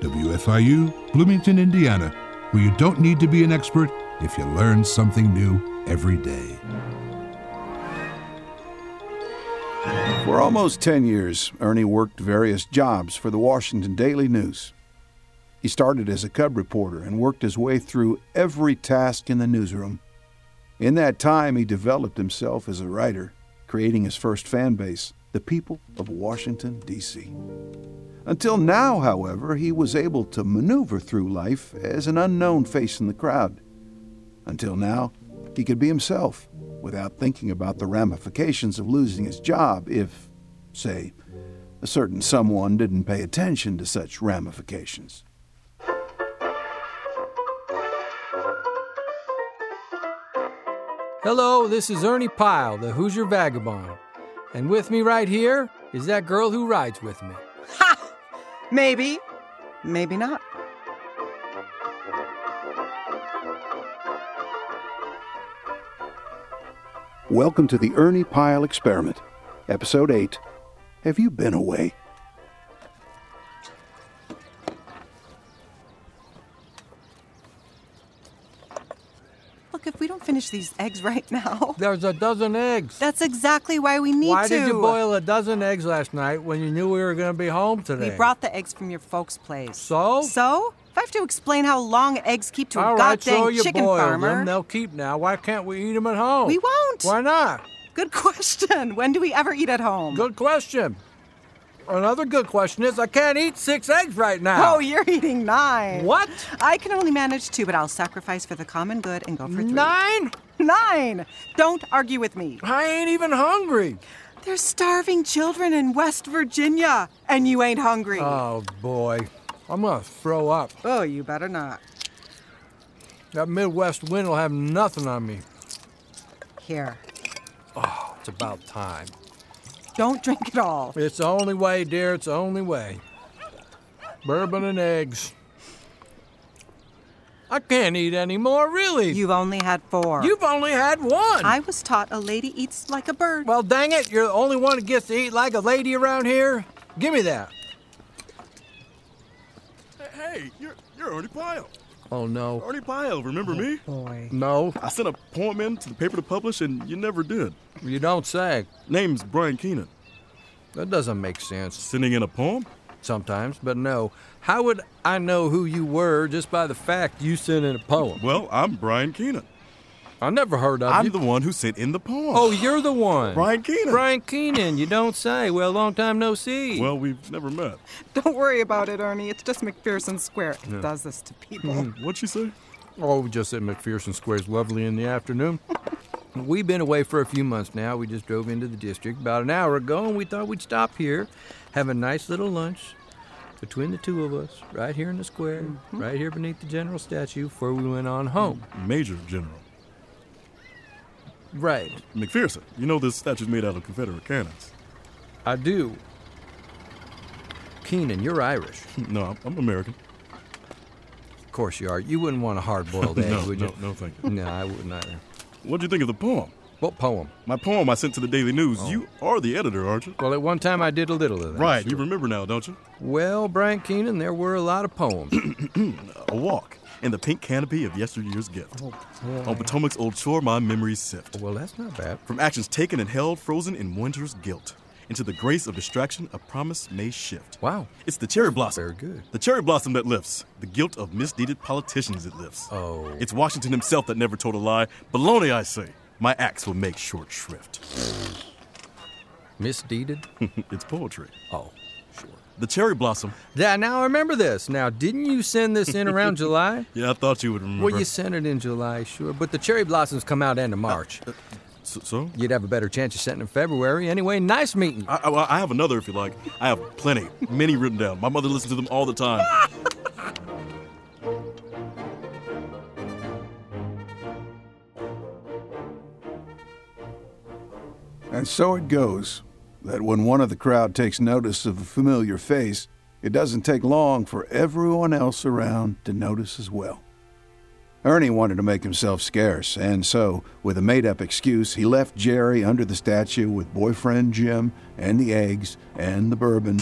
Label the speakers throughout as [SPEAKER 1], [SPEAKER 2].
[SPEAKER 1] WFIU, Bloomington, Indiana, where you don't need to be an expert if you learn something new every day.
[SPEAKER 2] For almost 10 years, Ernie worked various jobs for the Washington Daily News. He started as a cub reporter and worked his way through every task in the newsroom. In that time, he developed himself as a writer, creating his first fan base, the people of Washington, D.C. Until now, however, he was able to maneuver through life as an unknown face in the crowd. Until now, he could be himself without thinking about the ramifications of losing his job if, say, a certain someone didn't pay attention to such ramifications.
[SPEAKER 3] Hello, this is Ernie Pyle, the Hoosier Vagabond. And with me right here is that girl who rides with me.
[SPEAKER 4] Ha! Maybe, maybe not.
[SPEAKER 2] Welcome to the Ernie Pyle Experiment, Episode 8 Have You Been Away?
[SPEAKER 4] Look, if we don't finish these eggs right now,
[SPEAKER 3] There's a dozen eggs.
[SPEAKER 4] that's exactly why we need
[SPEAKER 3] Why
[SPEAKER 4] to.
[SPEAKER 3] did you boil a dozen eggs last night when you knew we were going to be home today?
[SPEAKER 4] We brought the eggs from your folks' place.
[SPEAKER 3] So?
[SPEAKER 4] So? If I have to explain how long eggs keep to
[SPEAKER 3] All
[SPEAKER 4] a
[SPEAKER 3] right,
[SPEAKER 4] goddamn
[SPEAKER 3] so you
[SPEAKER 4] chicken
[SPEAKER 3] boiled
[SPEAKER 4] farmer.
[SPEAKER 3] them. They'll keep now. Why can't we eat them at home?
[SPEAKER 4] We won't.
[SPEAKER 3] Why not?
[SPEAKER 4] Good question. When do we ever eat at home?
[SPEAKER 3] Good question. Another good question is I can't eat six eggs right now.
[SPEAKER 4] Oh, you're eating nine.
[SPEAKER 3] What?
[SPEAKER 4] I can only manage two, but I'll sacrifice for the common good and go for three.
[SPEAKER 3] Nine?
[SPEAKER 4] Nine! Don't argue with me.
[SPEAKER 3] I ain't even hungry.
[SPEAKER 4] There's starving children in West Virginia, and you ain't hungry.
[SPEAKER 3] Oh, boy. I'm going to throw up.
[SPEAKER 4] oh, you better not.
[SPEAKER 3] That Midwest wind will have nothing on me.
[SPEAKER 4] Here.
[SPEAKER 3] It's about time.
[SPEAKER 4] Don't drink it all.
[SPEAKER 3] It's the only way, dear. It's the only way. Bourbon and eggs. I can't eat any more, really.
[SPEAKER 4] You've only had four.
[SPEAKER 3] You've only had one.
[SPEAKER 4] I was taught a lady eats like a bird.
[SPEAKER 3] Well, dang it, you're the only one that gets to eat like a lady around here. Give me that.
[SPEAKER 5] Hey, you're you're Ernie Pyle.
[SPEAKER 3] Oh, no.
[SPEAKER 5] Ernie Pyle, remember me?
[SPEAKER 4] Boy.
[SPEAKER 3] No,
[SPEAKER 5] I sent a poem in to the paper to publish, and you never did.
[SPEAKER 3] you don't say.
[SPEAKER 5] Name's Brian Keenan.
[SPEAKER 3] That doesn't make sense
[SPEAKER 5] Sending in a poem?
[SPEAKER 3] sometimes, but no. How would I know who you were just by the fact you sent in a poem?
[SPEAKER 5] Well, I'm Brian Keenan.
[SPEAKER 3] I never heard of
[SPEAKER 5] I'm
[SPEAKER 3] you.
[SPEAKER 5] the one who sent in the poem.
[SPEAKER 3] Oh, you're the one.
[SPEAKER 5] Brian Keenan.
[SPEAKER 3] Brian Keenan, you don't say. Well, long time no see.
[SPEAKER 5] Well, we've never met.
[SPEAKER 4] Don't worry about it, Ernie. It's just McPherson Square. It does this to people.
[SPEAKER 5] What'd she say?
[SPEAKER 3] Oh, just at McPherson Square's lovely in the afternoon. We've been away for a few months now. We just drove into the district about an hour ago and we thought we'd stop here, have a nice little lunch between the two of us, right here in the square, right here beneath the general statue before we went on home.
[SPEAKER 5] Major General
[SPEAKER 3] Mm-hmm. Right.
[SPEAKER 5] McPherson. You know this statue's made out of Confederate cannons.
[SPEAKER 3] I do. Keenan, you're Irish.
[SPEAKER 5] No, I'm, I'm American.
[SPEAKER 3] Of course you are. You wouldn't want a hard boiled egg,
[SPEAKER 5] no,
[SPEAKER 3] would
[SPEAKER 5] no,
[SPEAKER 3] you?
[SPEAKER 5] no, thank you.
[SPEAKER 3] No, I wouldn't either.
[SPEAKER 5] What'd you think of the poem?
[SPEAKER 3] What poem?
[SPEAKER 5] My poem I sent to the Daily News.
[SPEAKER 3] Oh.
[SPEAKER 5] You are the editor, aren't you?
[SPEAKER 3] Well, at one time I did a little of that.
[SPEAKER 5] Right. You remember now, don't you?
[SPEAKER 3] Well, Brian Keenan, there were a lot of poems.
[SPEAKER 5] A walk in the pink canopy of yesteryear's gift.
[SPEAKER 3] Oh,
[SPEAKER 5] On Potomac's old shore, my memories sift.
[SPEAKER 3] well, that's not bad.
[SPEAKER 5] From actions taken and held, frozen in winter's guilt. Into the grace of distraction, a promise may shift.
[SPEAKER 3] Wow.
[SPEAKER 5] It's the cherry blossom.
[SPEAKER 3] Very good.
[SPEAKER 5] The cherry blossom that lifts. The guilt of misdeeded politicians it lifts.
[SPEAKER 3] Oh.
[SPEAKER 5] It's Washington himself that never told a lie. Baloney, I say. My axe will make short shrift.
[SPEAKER 3] Misdeeded?
[SPEAKER 5] it's poetry.
[SPEAKER 3] Oh, sure.
[SPEAKER 5] The cherry blossom.
[SPEAKER 3] Yeah, now I remember this. Now, didn't you send this in around July?
[SPEAKER 5] Yeah, I thought you would remember.
[SPEAKER 3] Well, you sent it in July, sure. But the cherry blossoms come out end of March.
[SPEAKER 6] Uh,
[SPEAKER 5] so? so?
[SPEAKER 3] You'd have a better chance of sending in February. Anyway, nice meeting.
[SPEAKER 5] I, I, I have another if you like. I have plenty, many written down. My mother listens to them all the time.
[SPEAKER 2] And so it goes that when one of the crowd takes notice of a familiar face, it doesn't take long for everyone else around to notice as well. Ernie wanted to make himself scarce, and so, with a made up excuse, he left Jerry under the statue with boyfriend Jim and the eggs and the bourbon.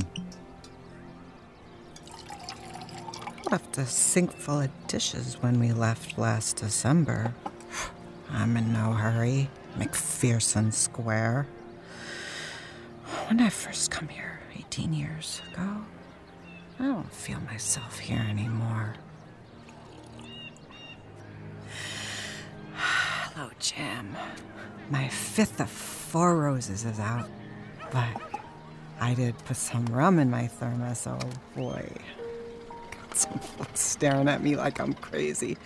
[SPEAKER 7] left a sink full of dishes when we left last December. I'm in no hurry. McPherson Square. When did I first come here, 18 years ago, I don't feel myself here anymore. Hello, Jim. My fifth of four roses is out, but I did put some rum in my thermos. Oh boy. Got some folks staring at me like I'm crazy.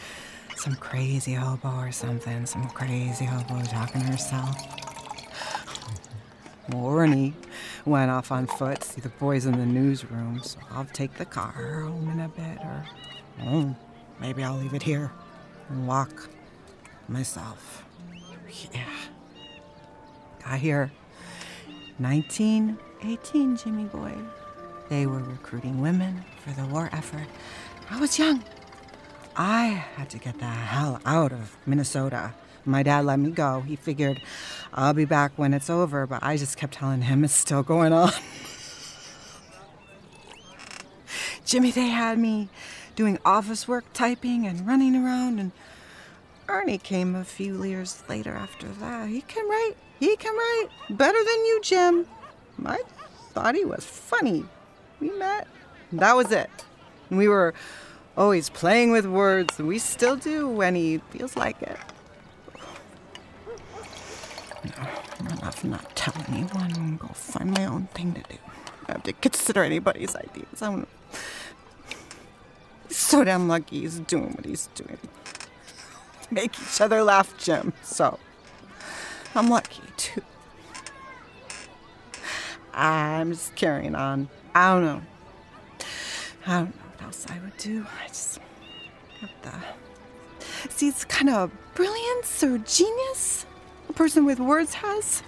[SPEAKER 7] Some crazy hobo or something. Some crazy hobo talking to herself. Warney went off on foot to see the boys in the newsroom, so I'll take the car home in a bit, or hmm, maybe I'll leave it here and walk myself. Yeah. Got here 1918, Jimmy Boy. They were recruiting women for the war effort. I was young. I had to get the hell out of Minnesota. My dad let me go. He figured I'll be back when it's over, but I just kept telling him it's still going on. Jimmy, they had me doing office work, typing, and running around, and Ernie came a few years later after that. He can write. He can write better than you, Jim. I thought he was funny. We met. and That was it. And We were always playing with words, and we still do when he feels like it. No, I'm not, not tell anyone. I'm gonna find my own thing to do. I have to consider anybody's ideas. I'm so damn lucky he's doing what he's doing make each other laugh, Jim. So I'm lucky too. I'm just carrying on. I don't know. I don't know what else I would do. I just got the. See, it's kind of brilliance or genius a person with words has,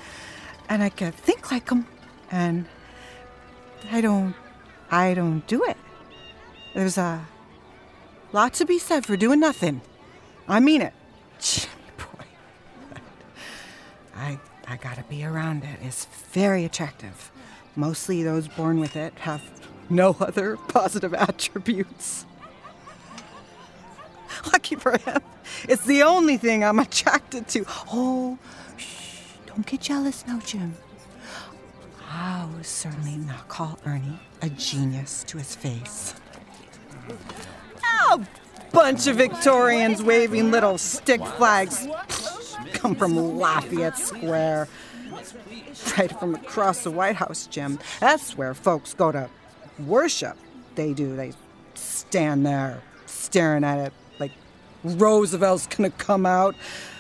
[SPEAKER 7] and I can think like them, and I don't. I don't do it. There's a lot to be said for doing nothing. I mean it. Jimmy boy. I I gotta be around it. It's very attractive. Mostly those born with it have no other positive attributes. Lucky for him. It's the only thing I'm attracted to. Oh, shh, don't get jealous now, Jim. I will certainly not call Ernie a genius to his face. Oh, bunch of Victorians waving little stick flags come from Lafayette Square. Right from across the White House, Jim. That's where folks go to worship. They do. They stand there staring at it like Roosevelt's gonna come out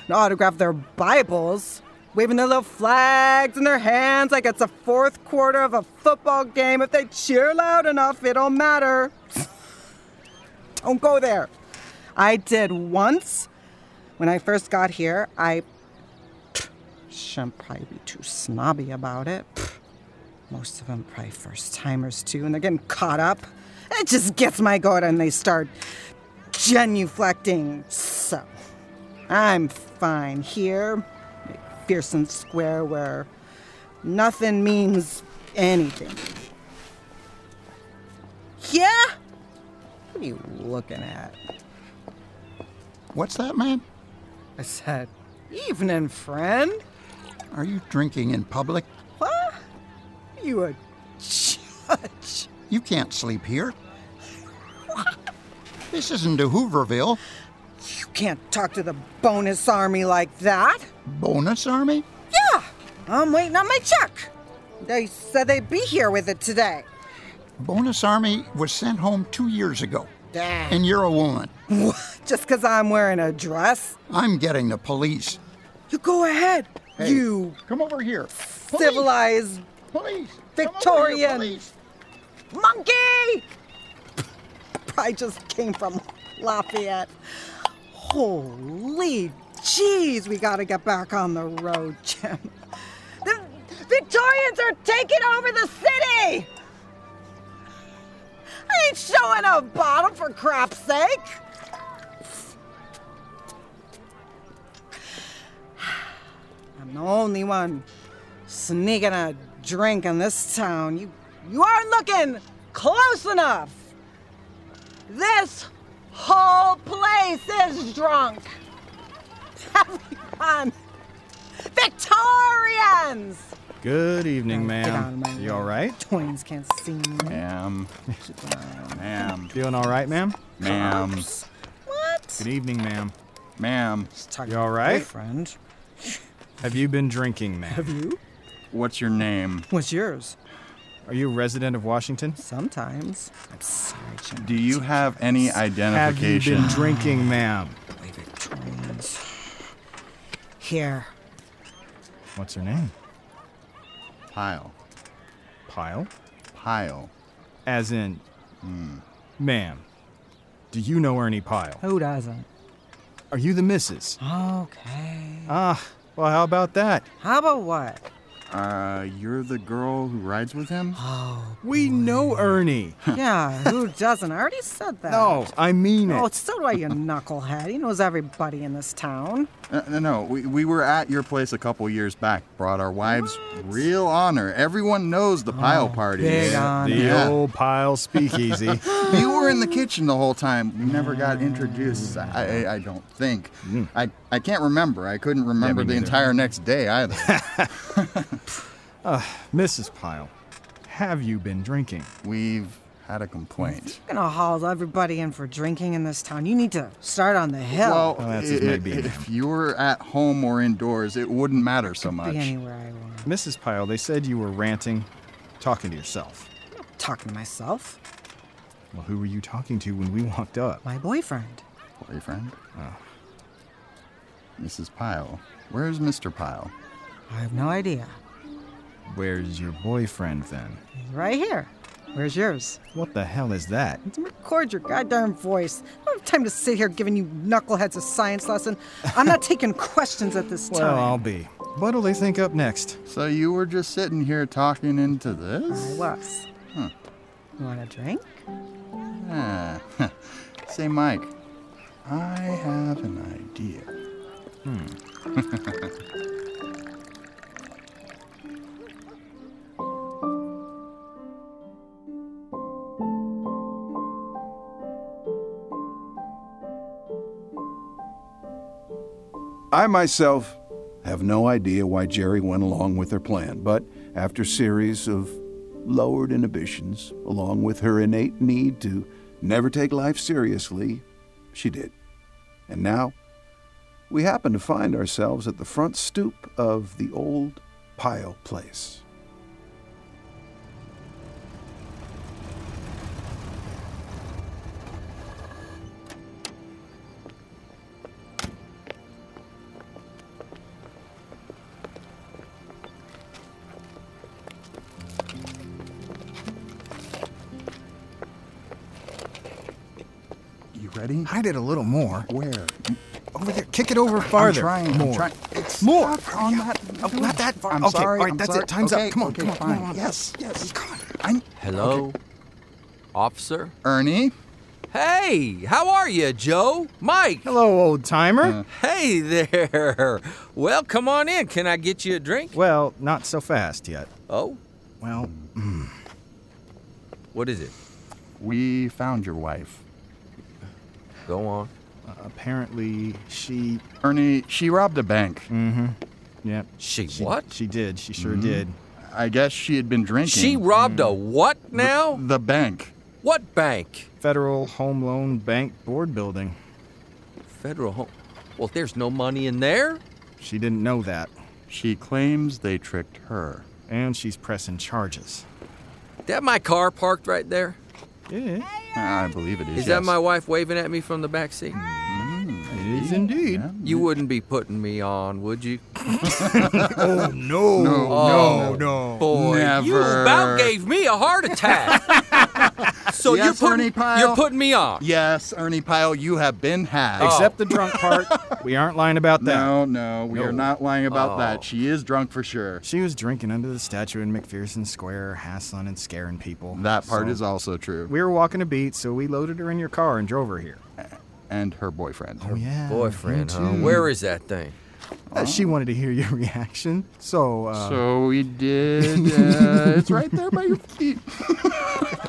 [SPEAKER 7] and autograph their Bibles, waving their little flags in their hands like it's the fourth quarter of a football game. If they cheer loud enough, it'll matter. Don't Oh, go there. I did once when I first got here. I shouldn't probably be too snobby about it. Most of them probably first timers too, and they're getting caught up. It just gets my goat, and they start genuflecting. So I'm fine here, McPherson Square, where nothing means anything. Yeah. What are you looking at?
[SPEAKER 8] What's that, man?
[SPEAKER 7] I said, Evening, friend.
[SPEAKER 8] Are you drinking in public?
[SPEAKER 7] What? You a judge?
[SPEAKER 8] You can't sleep here. This isn't a Hooverville.
[SPEAKER 7] You can't talk to the bonus army like that.
[SPEAKER 8] Bonus Army?
[SPEAKER 7] Yeah, I'm waiting on my check. They said they'd be here with it today.
[SPEAKER 8] Bonus Army was sent home two years ago.
[SPEAKER 7] Damn.
[SPEAKER 8] And you're a woman.
[SPEAKER 7] Just because I'm wearing a dress?
[SPEAKER 8] I'm getting the police.
[SPEAKER 7] You go ahead.
[SPEAKER 8] Hey,
[SPEAKER 7] You
[SPEAKER 8] Come over here. Police,
[SPEAKER 7] civilized
[SPEAKER 8] Police!
[SPEAKER 7] Victorian.
[SPEAKER 8] Come over here, police.
[SPEAKER 7] monkey! Probably just came from Lafayette. Holy jeez, we gotta get back on the road, Jim. The Victorians are taking over the city! I ain't showing a bottle for crap's sake! I'm the only one sneaking a drink in this town. You you aren't looking close enough. This whole place is drunk. Everyone. Victorians!
[SPEAKER 6] Good evening,
[SPEAKER 7] Get out of
[SPEAKER 6] ma'am.
[SPEAKER 7] my
[SPEAKER 6] You
[SPEAKER 7] way.
[SPEAKER 6] all right?
[SPEAKER 7] Twins can't see me.
[SPEAKER 6] Ma'am. ma'am. Feeling all right, ma'am? Ma'am.
[SPEAKER 7] What?
[SPEAKER 6] Good evening, ma'am. Ma'am.
[SPEAKER 7] Just talking
[SPEAKER 6] You
[SPEAKER 7] to
[SPEAKER 6] all
[SPEAKER 7] my
[SPEAKER 6] right?
[SPEAKER 7] Boyfriend.
[SPEAKER 6] Have you been drinking, ma'am?
[SPEAKER 7] You?
[SPEAKER 6] What's your name?
[SPEAKER 7] What's yours?
[SPEAKER 6] Are you a resident of Washington?
[SPEAKER 7] Sometimes. I'm sorry, Jim.
[SPEAKER 9] Do you have any
[SPEAKER 6] Have you
[SPEAKER 9] identification?
[SPEAKER 6] been drinking, ma'am?
[SPEAKER 7] Play Victorians. Here.
[SPEAKER 6] What's her name?
[SPEAKER 9] pile.
[SPEAKER 6] Pyle?
[SPEAKER 9] Pile.
[SPEAKER 6] As in, ma'am. Do you know Ernie Pyle?
[SPEAKER 7] Who doesn't?
[SPEAKER 6] Are you the missus?
[SPEAKER 7] Okay.
[SPEAKER 6] Ah, well, how about that?
[SPEAKER 7] How about what?
[SPEAKER 9] Uh, you're the girl who rides with him?
[SPEAKER 6] We know Ernie.
[SPEAKER 7] yeah, who doesn't? I already said that.
[SPEAKER 6] No, I mean
[SPEAKER 7] Oh,
[SPEAKER 6] it.
[SPEAKER 7] so do I, you knucklehead. He knows everybody in this town.
[SPEAKER 9] Uh, no, no. We, we were at your place a couple years back. Brought our wives real honor. Everyone knows the pile party.
[SPEAKER 7] big
[SPEAKER 6] The
[SPEAKER 7] honor.
[SPEAKER 9] Yeah.
[SPEAKER 6] old Pyle speakeasy.
[SPEAKER 9] You were in the kitchen the whole time. You never got introduced. I, I, I don't think. I, I can't remember. I couldn't remember the
[SPEAKER 6] neither.
[SPEAKER 9] entire next day either.
[SPEAKER 6] Mrs. Pyle, have you been drinking?
[SPEAKER 9] We've had a complaint.
[SPEAKER 7] You're gonna haul everybody in for drinking in this town. You need to start on the hill.
[SPEAKER 9] Well,
[SPEAKER 6] Oh, that's his
[SPEAKER 9] i- i-
[SPEAKER 6] maybe,
[SPEAKER 9] if you were at home or indoors, it wouldn't matter so
[SPEAKER 7] Be
[SPEAKER 9] much.
[SPEAKER 7] anywhere I want.
[SPEAKER 6] Mrs. Pyle, they said you were ranting, talking to yourself.
[SPEAKER 7] Talking to myself,
[SPEAKER 6] Well, who were you talking to when we walked up?
[SPEAKER 7] my boyfriend.
[SPEAKER 9] Boyfriend? Mrs. Pyle. Where's Mr. Pyle?
[SPEAKER 7] I have no idea.
[SPEAKER 6] Where's your boyfriend then?
[SPEAKER 7] Right here. Where's yours?
[SPEAKER 6] What the hell is that?
[SPEAKER 7] Don't Record your goddamn voice. I don't have time to sit here giving you knuckleheads a science lesson. I'm not taking questions at this time.
[SPEAKER 6] Well, I'll be. What'll they think up next?
[SPEAKER 9] So you were just sitting here talking into
[SPEAKER 7] I
[SPEAKER 9] this?
[SPEAKER 7] was.
[SPEAKER 4] Hmm.
[SPEAKER 7] You want a drink?
[SPEAKER 9] Ah. Say, Mike, I have an idea.
[SPEAKER 2] Hmm. I myself have no idea why Jerry went along with her plan, but after series of lowered inhibitions, along with her innate need to never take life seriously, she did. And now, we happen to find ourselves at the front stoop of the old Pile Place.
[SPEAKER 9] You ready?
[SPEAKER 6] Hide it a little more.
[SPEAKER 9] Where?
[SPEAKER 6] Over there. Kick it over farther.
[SPEAKER 9] I'm trying. I'm
[SPEAKER 6] More.
[SPEAKER 9] trying. It's
[SPEAKER 6] More.
[SPEAKER 9] stuck on that.
[SPEAKER 6] Oh, not that far.
[SPEAKER 9] I'm
[SPEAKER 6] okay.
[SPEAKER 9] sorry.
[SPEAKER 6] All right,
[SPEAKER 9] I'm
[SPEAKER 6] that's
[SPEAKER 9] sorry.
[SPEAKER 6] it. Time's
[SPEAKER 9] Okay,
[SPEAKER 6] up. Come on.
[SPEAKER 9] okay,
[SPEAKER 6] come on.
[SPEAKER 9] fine.
[SPEAKER 6] Come on.
[SPEAKER 9] Yes, yes.
[SPEAKER 6] Come on.
[SPEAKER 9] I'm
[SPEAKER 3] Hello? Officer?
[SPEAKER 9] Ernie.
[SPEAKER 3] Hey, how are you, Joe? Mike?
[SPEAKER 6] Hello, old timer.
[SPEAKER 3] Hey there. Well, come on in. Can I get you a drink?
[SPEAKER 6] Well, not so fast yet.
[SPEAKER 3] Oh,
[SPEAKER 6] Well, mm.
[SPEAKER 3] what is it?
[SPEAKER 9] We found your wife.
[SPEAKER 3] Go on.
[SPEAKER 6] apparently she.
[SPEAKER 9] Ernie, she robbed a bank.
[SPEAKER 6] Yep.
[SPEAKER 3] She,
[SPEAKER 6] She,
[SPEAKER 3] what?
[SPEAKER 6] She did. She
[SPEAKER 9] Hmm.
[SPEAKER 6] sure did.
[SPEAKER 9] I guess she had been drinking.
[SPEAKER 3] She robbed a what now?
[SPEAKER 9] the bank.
[SPEAKER 3] what bank?
[SPEAKER 6] Federal Home Loan Bank Board Building.
[SPEAKER 3] Federal Home. Well, there's no money in there.
[SPEAKER 6] She didn't know that.
[SPEAKER 9] She claims they tricked her.
[SPEAKER 6] And she's pressing charges.
[SPEAKER 3] That my car parked right there.
[SPEAKER 6] Yeah.
[SPEAKER 9] I believe it is.
[SPEAKER 3] Is that
[SPEAKER 9] yes.
[SPEAKER 3] my wife waving at me from the back seat?
[SPEAKER 6] It is indeed.
[SPEAKER 3] You wouldn't be putting me on, would you?
[SPEAKER 6] Oh, no.
[SPEAKER 3] Oh,
[SPEAKER 6] no.
[SPEAKER 3] Boy, you
[SPEAKER 9] Never.
[SPEAKER 3] about gave me a heart attack. so
[SPEAKER 9] Yes,
[SPEAKER 3] you're
[SPEAKER 9] Ernie
[SPEAKER 3] putting
[SPEAKER 9] Pyle.
[SPEAKER 3] you're putting me on.
[SPEAKER 9] Yes, Ernie Pyle, you have been had.
[SPEAKER 6] Except the drunk part. we aren't lying about that.
[SPEAKER 9] No, no, we are not lying about
[SPEAKER 3] Oh.
[SPEAKER 9] that. She is drunk for sure.
[SPEAKER 6] She was drinking under the statue in McPherson Square, hassling and scaring people.
[SPEAKER 9] That part
[SPEAKER 6] So-
[SPEAKER 9] is also true.
[SPEAKER 6] We were walking a beat, so we loaded her in your car and drove her here.
[SPEAKER 9] and her boyfriend.
[SPEAKER 6] yeah.
[SPEAKER 3] Boyfriend, huh? Where is that thing?
[SPEAKER 6] She
[SPEAKER 2] Uh-huh.
[SPEAKER 6] wanted to hear your reaction, so. Uh,
[SPEAKER 9] So we did. Uh, it's right there by your feet.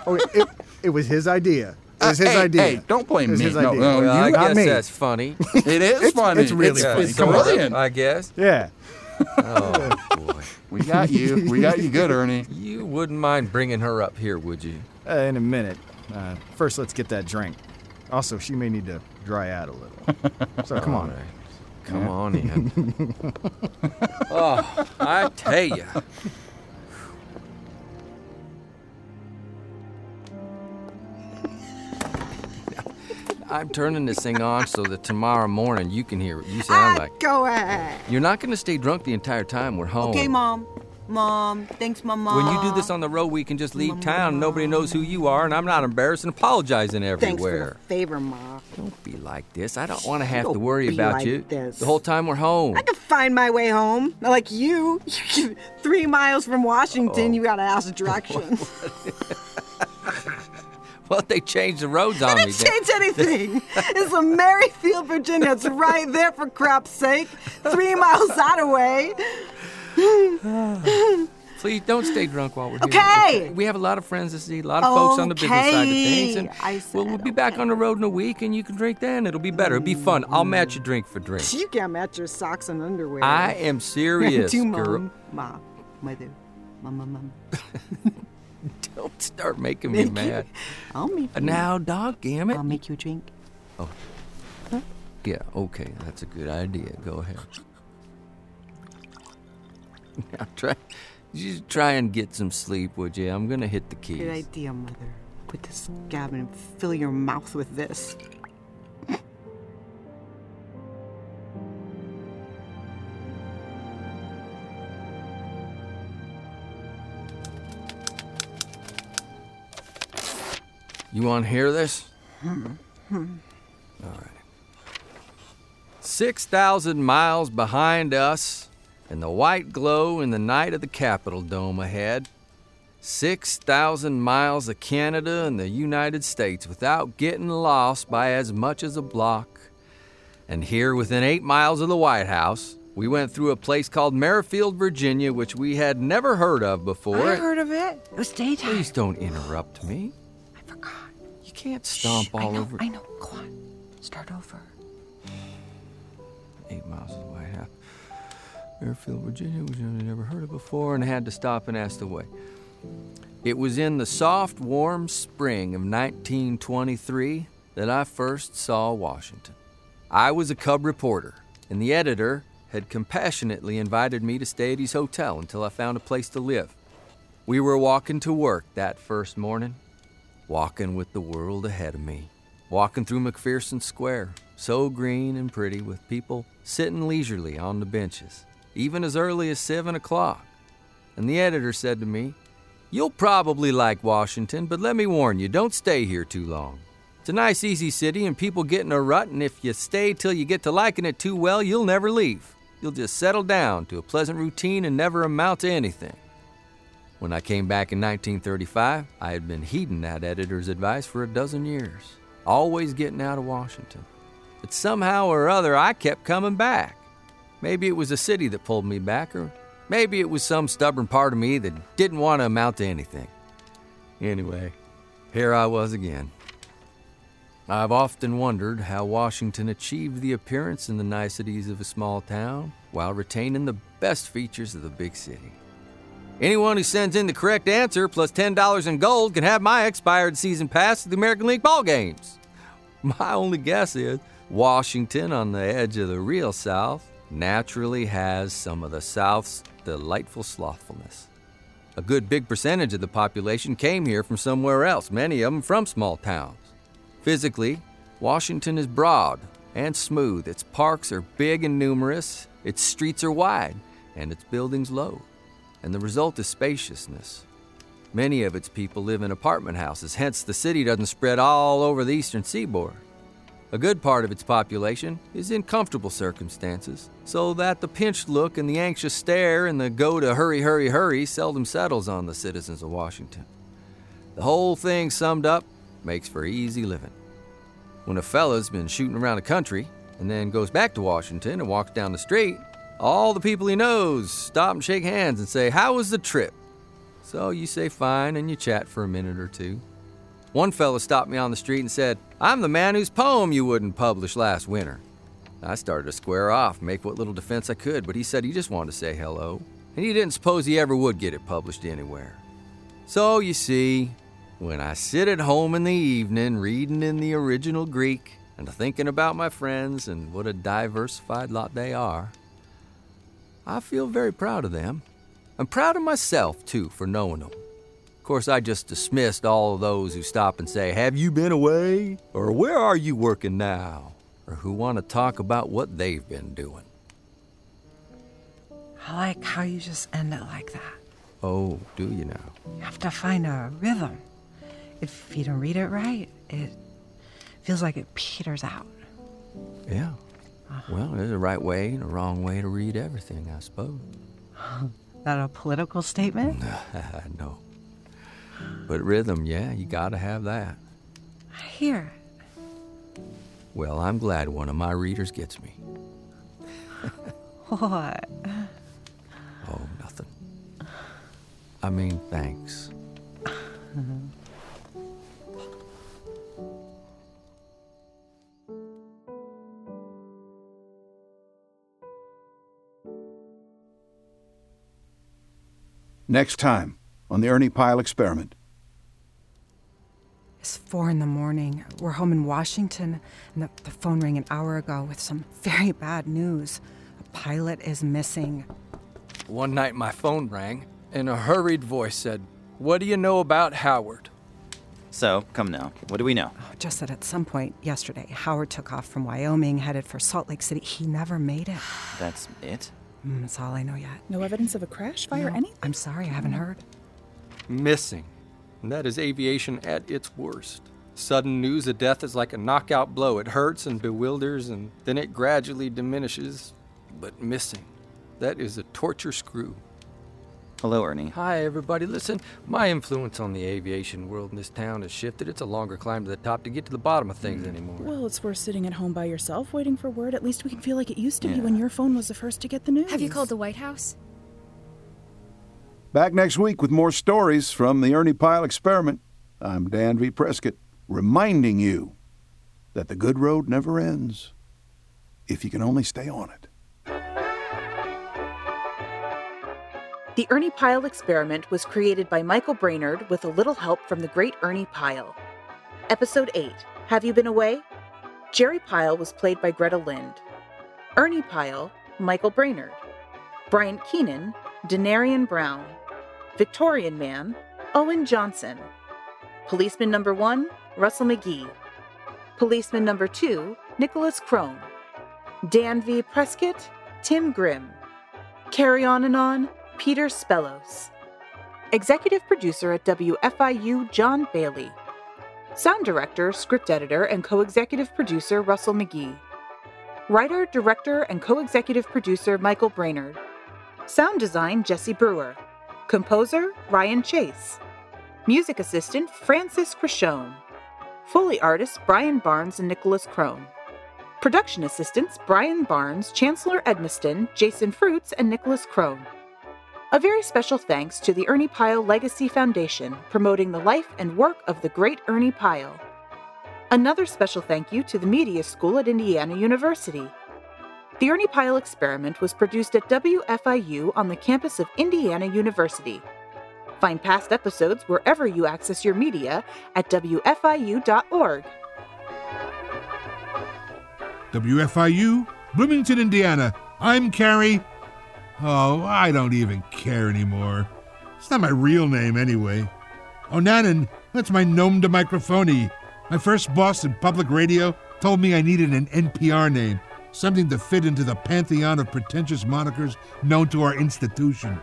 [SPEAKER 6] Oh, it, it, it was his idea. It
[SPEAKER 10] was his
[SPEAKER 2] Uh, hey,
[SPEAKER 10] idea.
[SPEAKER 2] Hey, don't blame
[SPEAKER 10] It was
[SPEAKER 2] me.
[SPEAKER 10] his
[SPEAKER 2] No,
[SPEAKER 10] idea.
[SPEAKER 2] no,
[SPEAKER 10] Well,
[SPEAKER 2] you
[SPEAKER 10] I
[SPEAKER 2] got
[SPEAKER 10] guess
[SPEAKER 2] me.
[SPEAKER 10] that's
[SPEAKER 3] funny.
[SPEAKER 2] It is funny.
[SPEAKER 10] It's really funny.
[SPEAKER 2] It's
[SPEAKER 10] Come on.
[SPEAKER 2] brilliant.
[SPEAKER 3] I guess.
[SPEAKER 10] Yeah.
[SPEAKER 3] Oh boy.
[SPEAKER 2] We got you. We got you good, Ernie.
[SPEAKER 3] You wouldn't mind bringing her up here, would you?
[SPEAKER 6] Uh, in a minute. Uh, first, let's get that drink. Also, she may need to dry out a little. So come on.
[SPEAKER 3] All right. Come on in. oh, I tell you. I'm turning this thing on so that tomorrow morning you can hear what you sound like.
[SPEAKER 4] Go ahead.
[SPEAKER 3] You're not going to stay drunk the entire time we're home.
[SPEAKER 4] Okay, mom. Mom, thanks, my mom.
[SPEAKER 3] When you do this on the road, we can just leave town. Nobody knows who you are, and I'm not embarrassed and apologizing
[SPEAKER 4] Thanks for the
[SPEAKER 3] everywhere.
[SPEAKER 4] favor, ma.
[SPEAKER 3] Don't be like this. I don't want to have to
[SPEAKER 4] Don't
[SPEAKER 3] worry
[SPEAKER 4] be
[SPEAKER 3] about
[SPEAKER 4] like
[SPEAKER 3] you
[SPEAKER 4] this.
[SPEAKER 3] the whole time we're home.
[SPEAKER 4] I could find my way home, not like you. Three miles from Washington,
[SPEAKER 3] Oh.
[SPEAKER 4] you gotta ask directions.
[SPEAKER 3] Well, they changed the roads on
[SPEAKER 4] I
[SPEAKER 3] me.
[SPEAKER 4] didn't
[SPEAKER 3] didn't-
[SPEAKER 4] change anything. it's from Maryfield, Virginia. It's right there, for crap's sake. Three miles out of way.
[SPEAKER 3] Please don't stay drunk while we're here.
[SPEAKER 4] Okay.
[SPEAKER 3] We have a lot of friends to see, a lot of folks on the business side of things. And
[SPEAKER 4] Okay. I said
[SPEAKER 3] well, we'll be back on the road in a week, and you can drink then. It'll be better. It'll be fun. I'll match you drink for drink.
[SPEAKER 4] You can't match your socks and underwear.
[SPEAKER 3] I am serious,
[SPEAKER 4] to
[SPEAKER 3] girl.
[SPEAKER 4] mom, ma, mother, ma, ma, ma.
[SPEAKER 3] Don't start making
[SPEAKER 4] Make
[SPEAKER 3] me
[SPEAKER 4] you-
[SPEAKER 3] mad.
[SPEAKER 4] I'll make you.
[SPEAKER 3] Now, dog, damn it.
[SPEAKER 4] I'll make you a drink.
[SPEAKER 3] Yeah, okay, that's a good idea. Go ahead. Now try, just try and get some sleep, would you? I'm gonna hit the keys.
[SPEAKER 4] Good idea, mother. Put this scab and fill your mouth with this.
[SPEAKER 3] You want to hear this?
[SPEAKER 4] Hmm.
[SPEAKER 3] All right. 6,000 miles behind us, and the white glow in the night of the Capitol Dome ahead. 6,000 miles of Canada and the United States without getting lost by as much as a block. And here, within eight miles of the White House, we went through a place called Merrifield, Virginia, which we had never heard of before.
[SPEAKER 4] I heard of it. It was daytime.
[SPEAKER 3] Please don't interrupt me. You can't stomp all over.
[SPEAKER 4] I know. Go on. Start over.
[SPEAKER 3] Eight miles of the White House. Fairfield, Virginia, which I've never heard of before, and had to stop and ask the way. It was in the soft, warm spring of 1923 that I first saw Washington. I was a cub reporter, and the editor had compassionately invited me to stay at his hotel until I found a place to live. We were walking to work that first morning, walking with the world ahead of me, walking through McPherson Square, so green and pretty with people sitting leisurely on the benches, even as early as 7 o'clock. And the editor said to me, You'll probably like Washington, but let me warn you, don't stay here too long. It's a nice, easy city, and people get in a rut, and if you stay till you get to liking it too well, you'll never leave. You'll just settle down to a pleasant routine and never amount to anything. When I came back in 1935, I had been heeding that editor's advice for a dozen years, always getting out of Washington. But somehow or other, I kept coming back. Maybe it was the city that pulled me back, or maybe it was some stubborn part of me that didn't want to amount to anything. Anyway, here I was again. I've often wondered how Washington achieved the appearance and the niceties of a small town while retaining the best features of the big city. Anyone who sends in the correct answer plus $10 in gold can have my expired season pass to the American League ball games. My only guess is Washington, on the edge of the real South, naturally has some of the South's delightful slothfulness. A good big percentage of the population came here from somewhere else, many of them from small towns. Physically, Washington is broad and smooth. Its parks are big and numerous, its streets are wide, and its buildings low. And the result is spaciousness. Many of its people live in apartment houses, hence, the city doesn't spread all over the eastern seaboard. A good part of its population is in comfortable circumstances, so that the pinched look and the anxious stare and the go to hurry, hurry, hurry seldom settles on the citizens of Washington. The whole thing summed up makes for easy living. When a fella's been shooting around the country and then goes back to Washington and walks down the street, all the people he knows stop and shake hands and say, How was the trip? So you say fine and you chat for a minute or two. One fella stopped me on the street and said, I'm the man whose poem you wouldn't publish last winter. I started to square off, make what little defense I could, but he said he just wanted to say hello, and he didn't suppose he ever would get it published anywhere. So, you see, when I sit at home in the evening reading in the original Greek and thinking about my friends and what a diversified lot they are, I feel very proud of them. I'm proud of myself, too, for knowing them. Of course, I just dismissed all of those who stop and say, Have you been away? Or Where are you working now? Or who want to talk about what they've been doing.
[SPEAKER 10] I like how you just end it like that.
[SPEAKER 3] Oh, do you now?
[SPEAKER 10] You have to find a rhythm. If you don't read it right, it feels like it peters out.
[SPEAKER 3] Yeah. Well, there's a right way and a wrong way to read everything, I suppose.
[SPEAKER 10] That a political statement?
[SPEAKER 3] no. But rhythm, yeah, you gotta have that.
[SPEAKER 10] I hear it.
[SPEAKER 3] Well, I'm glad one of my readers gets me.
[SPEAKER 10] What?
[SPEAKER 3] Oh, nothing. I mean, thanks.
[SPEAKER 2] Next time on the Ernie Pyle experiment.
[SPEAKER 10] It's four in the morning. We're home in Washington, and the, the phone rang an hour ago with some very bad news. A pilot is missing.
[SPEAKER 3] One night my phone rang, and a hurried voice said, What do you know about Howard?
[SPEAKER 11] So, come now. What do we know?
[SPEAKER 10] Just that at some point yesterday, Howard took off from Wyoming, headed for Salt Lake City. He never made it.
[SPEAKER 11] That's it?
[SPEAKER 10] Mm, that's all I know yet.
[SPEAKER 12] Hmm. No evidence of a crash, fire,
[SPEAKER 10] No,
[SPEAKER 12] anything?
[SPEAKER 10] I'm sorry, I haven't heard.
[SPEAKER 3] Missing. And that is aviation at its worst. Sudden news of death is like a knockout blow. It hurts and bewilders, and then it gradually diminishes, but missing. That is a torture screw.
[SPEAKER 11] Hello, Ernie.
[SPEAKER 3] Hi, everybody. Listen, my influence on the aviation world in this town has shifted. It's a longer climb to the top to get to the bottom of things anymore.
[SPEAKER 12] Well, it's worth sitting at home by yourself waiting for word. At least we can feel like it used to be when your phone was the first to get the news.
[SPEAKER 13] Have you called the White House?
[SPEAKER 2] Back next week with more stories from the Ernie Pyle experiment. I'm Dan V. Prescott, reminding you that the good road never ends if you can only stay on it.
[SPEAKER 14] The Ernie Pyle Experiment was created by Michael Brainerd with a little help from the great Ernie Pyle. Episode 8 Have You Been Away? Jerry Pyle was played by Greta Lind. Ernie Pyle, Michael Brainerd. Bryant Keenan, Denarian Brown. Victorian Man, Owen Johnson. Policeman Number 1, Russell McGee. Policeman Number 2, Nicholas Crone. Dan V. Prescott, Tim Grimm. Carry On and On, Peter Spellos. Executive producer at WFIU, John Bailey. Sound director, script editor, and co executive producer, Russell McGee. Writer, director, and co executive producer, Michael Brainerd. Sound design, Jesse Brewer. Composer, Ryan Chase. Music assistant, Francis Crishone. Foley artists, Brian Barnes and Nicholas Crone. Production assistants, Brian Barnes, Chancellor Edmiston, Jason Fruits, and Nicholas Crone. A very special thanks to the Ernie Pyle Legacy Foundation, promoting the life and work of the great Ernie Pyle. Another special thank you to the Media School at Indiana University. The Ernie Pyle experiment was produced at WFIU on the campus of Indiana University. Find past episodes wherever you access your media at WFIU.org.
[SPEAKER 1] WFIU, Bloomington, Indiana. I'm Carrie. Oh, I don't even care anymore. It's not my real name anyway. Onanan, that's my nom de microphony. My first boss in public radio told me I needed an NPR name, something to fit into the pantheon of pretentious monikers known to our institution.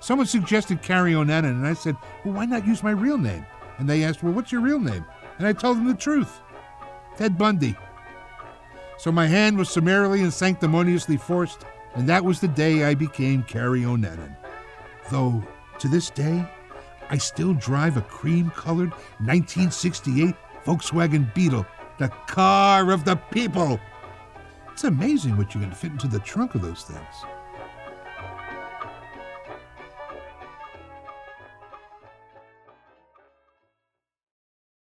[SPEAKER 1] Someone suggested Carrie Onanan, and I said, Well, why not use my real name? And they asked, Well, what's your real name? And I told them the truth Ted Bundy. So my hand was summarily and sanctimoniously forced, and that was the day I became Carrie Onanan. Though, to this day, I still drive a cream colored 1968 Volkswagen Beetle, the car of the people. It's amazing what you can fit into the trunk of those things.